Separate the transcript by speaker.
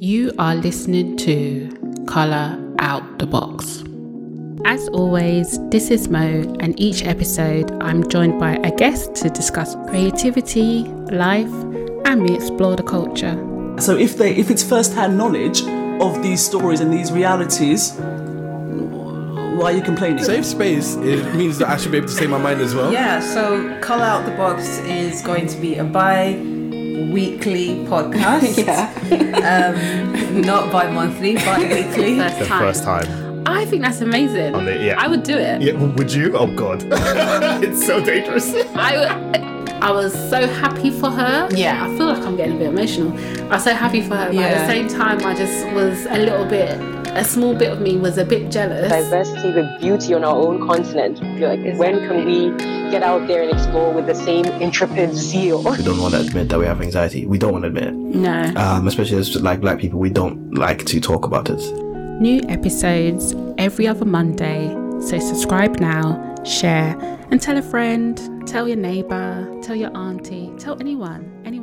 Speaker 1: You are listening to Colour Out the Box. As always, this is Mo, and each episode I'm joined by a guest to discuss creativity, life, and we explore the culture.
Speaker 2: So if they if it's first-hand knowledge of these stories and these realities, why are you complaining?
Speaker 3: Safe space it means that I should be able to say my mind as well.
Speaker 4: Yeah, so Colour Out the Box is going to be a bi weekly podcast. um, not bi monthly, bi weekly.
Speaker 1: First
Speaker 5: the
Speaker 1: time.
Speaker 5: first time.
Speaker 1: I think that's amazing.
Speaker 5: On the- yeah.
Speaker 1: I would do it.
Speaker 5: Yeah, w- would you? Oh god, it's so dangerous.
Speaker 1: I, I was so happy for her.
Speaker 4: Yeah.
Speaker 1: I feel like I'm getting a bit emotional. I was so happy for her, but at the same
Speaker 4: Yeah.
Speaker 1: time, I just was a little bit, a small bit of me was a bit jealous.
Speaker 6: diversity, the beauty on our own continent. Like, when can we get out there and explore with the same intrepid zeal?
Speaker 7: we don't want to admit that we have anxiety. We don't want to admit it.
Speaker 1: No.
Speaker 7: Um, especially as like black people, we don't like to talk about it.
Speaker 1: New episodes every other Monday, so subscribe now, share, and tell a friend, tell your neighbour, tell your auntie, tell anyone, anyone.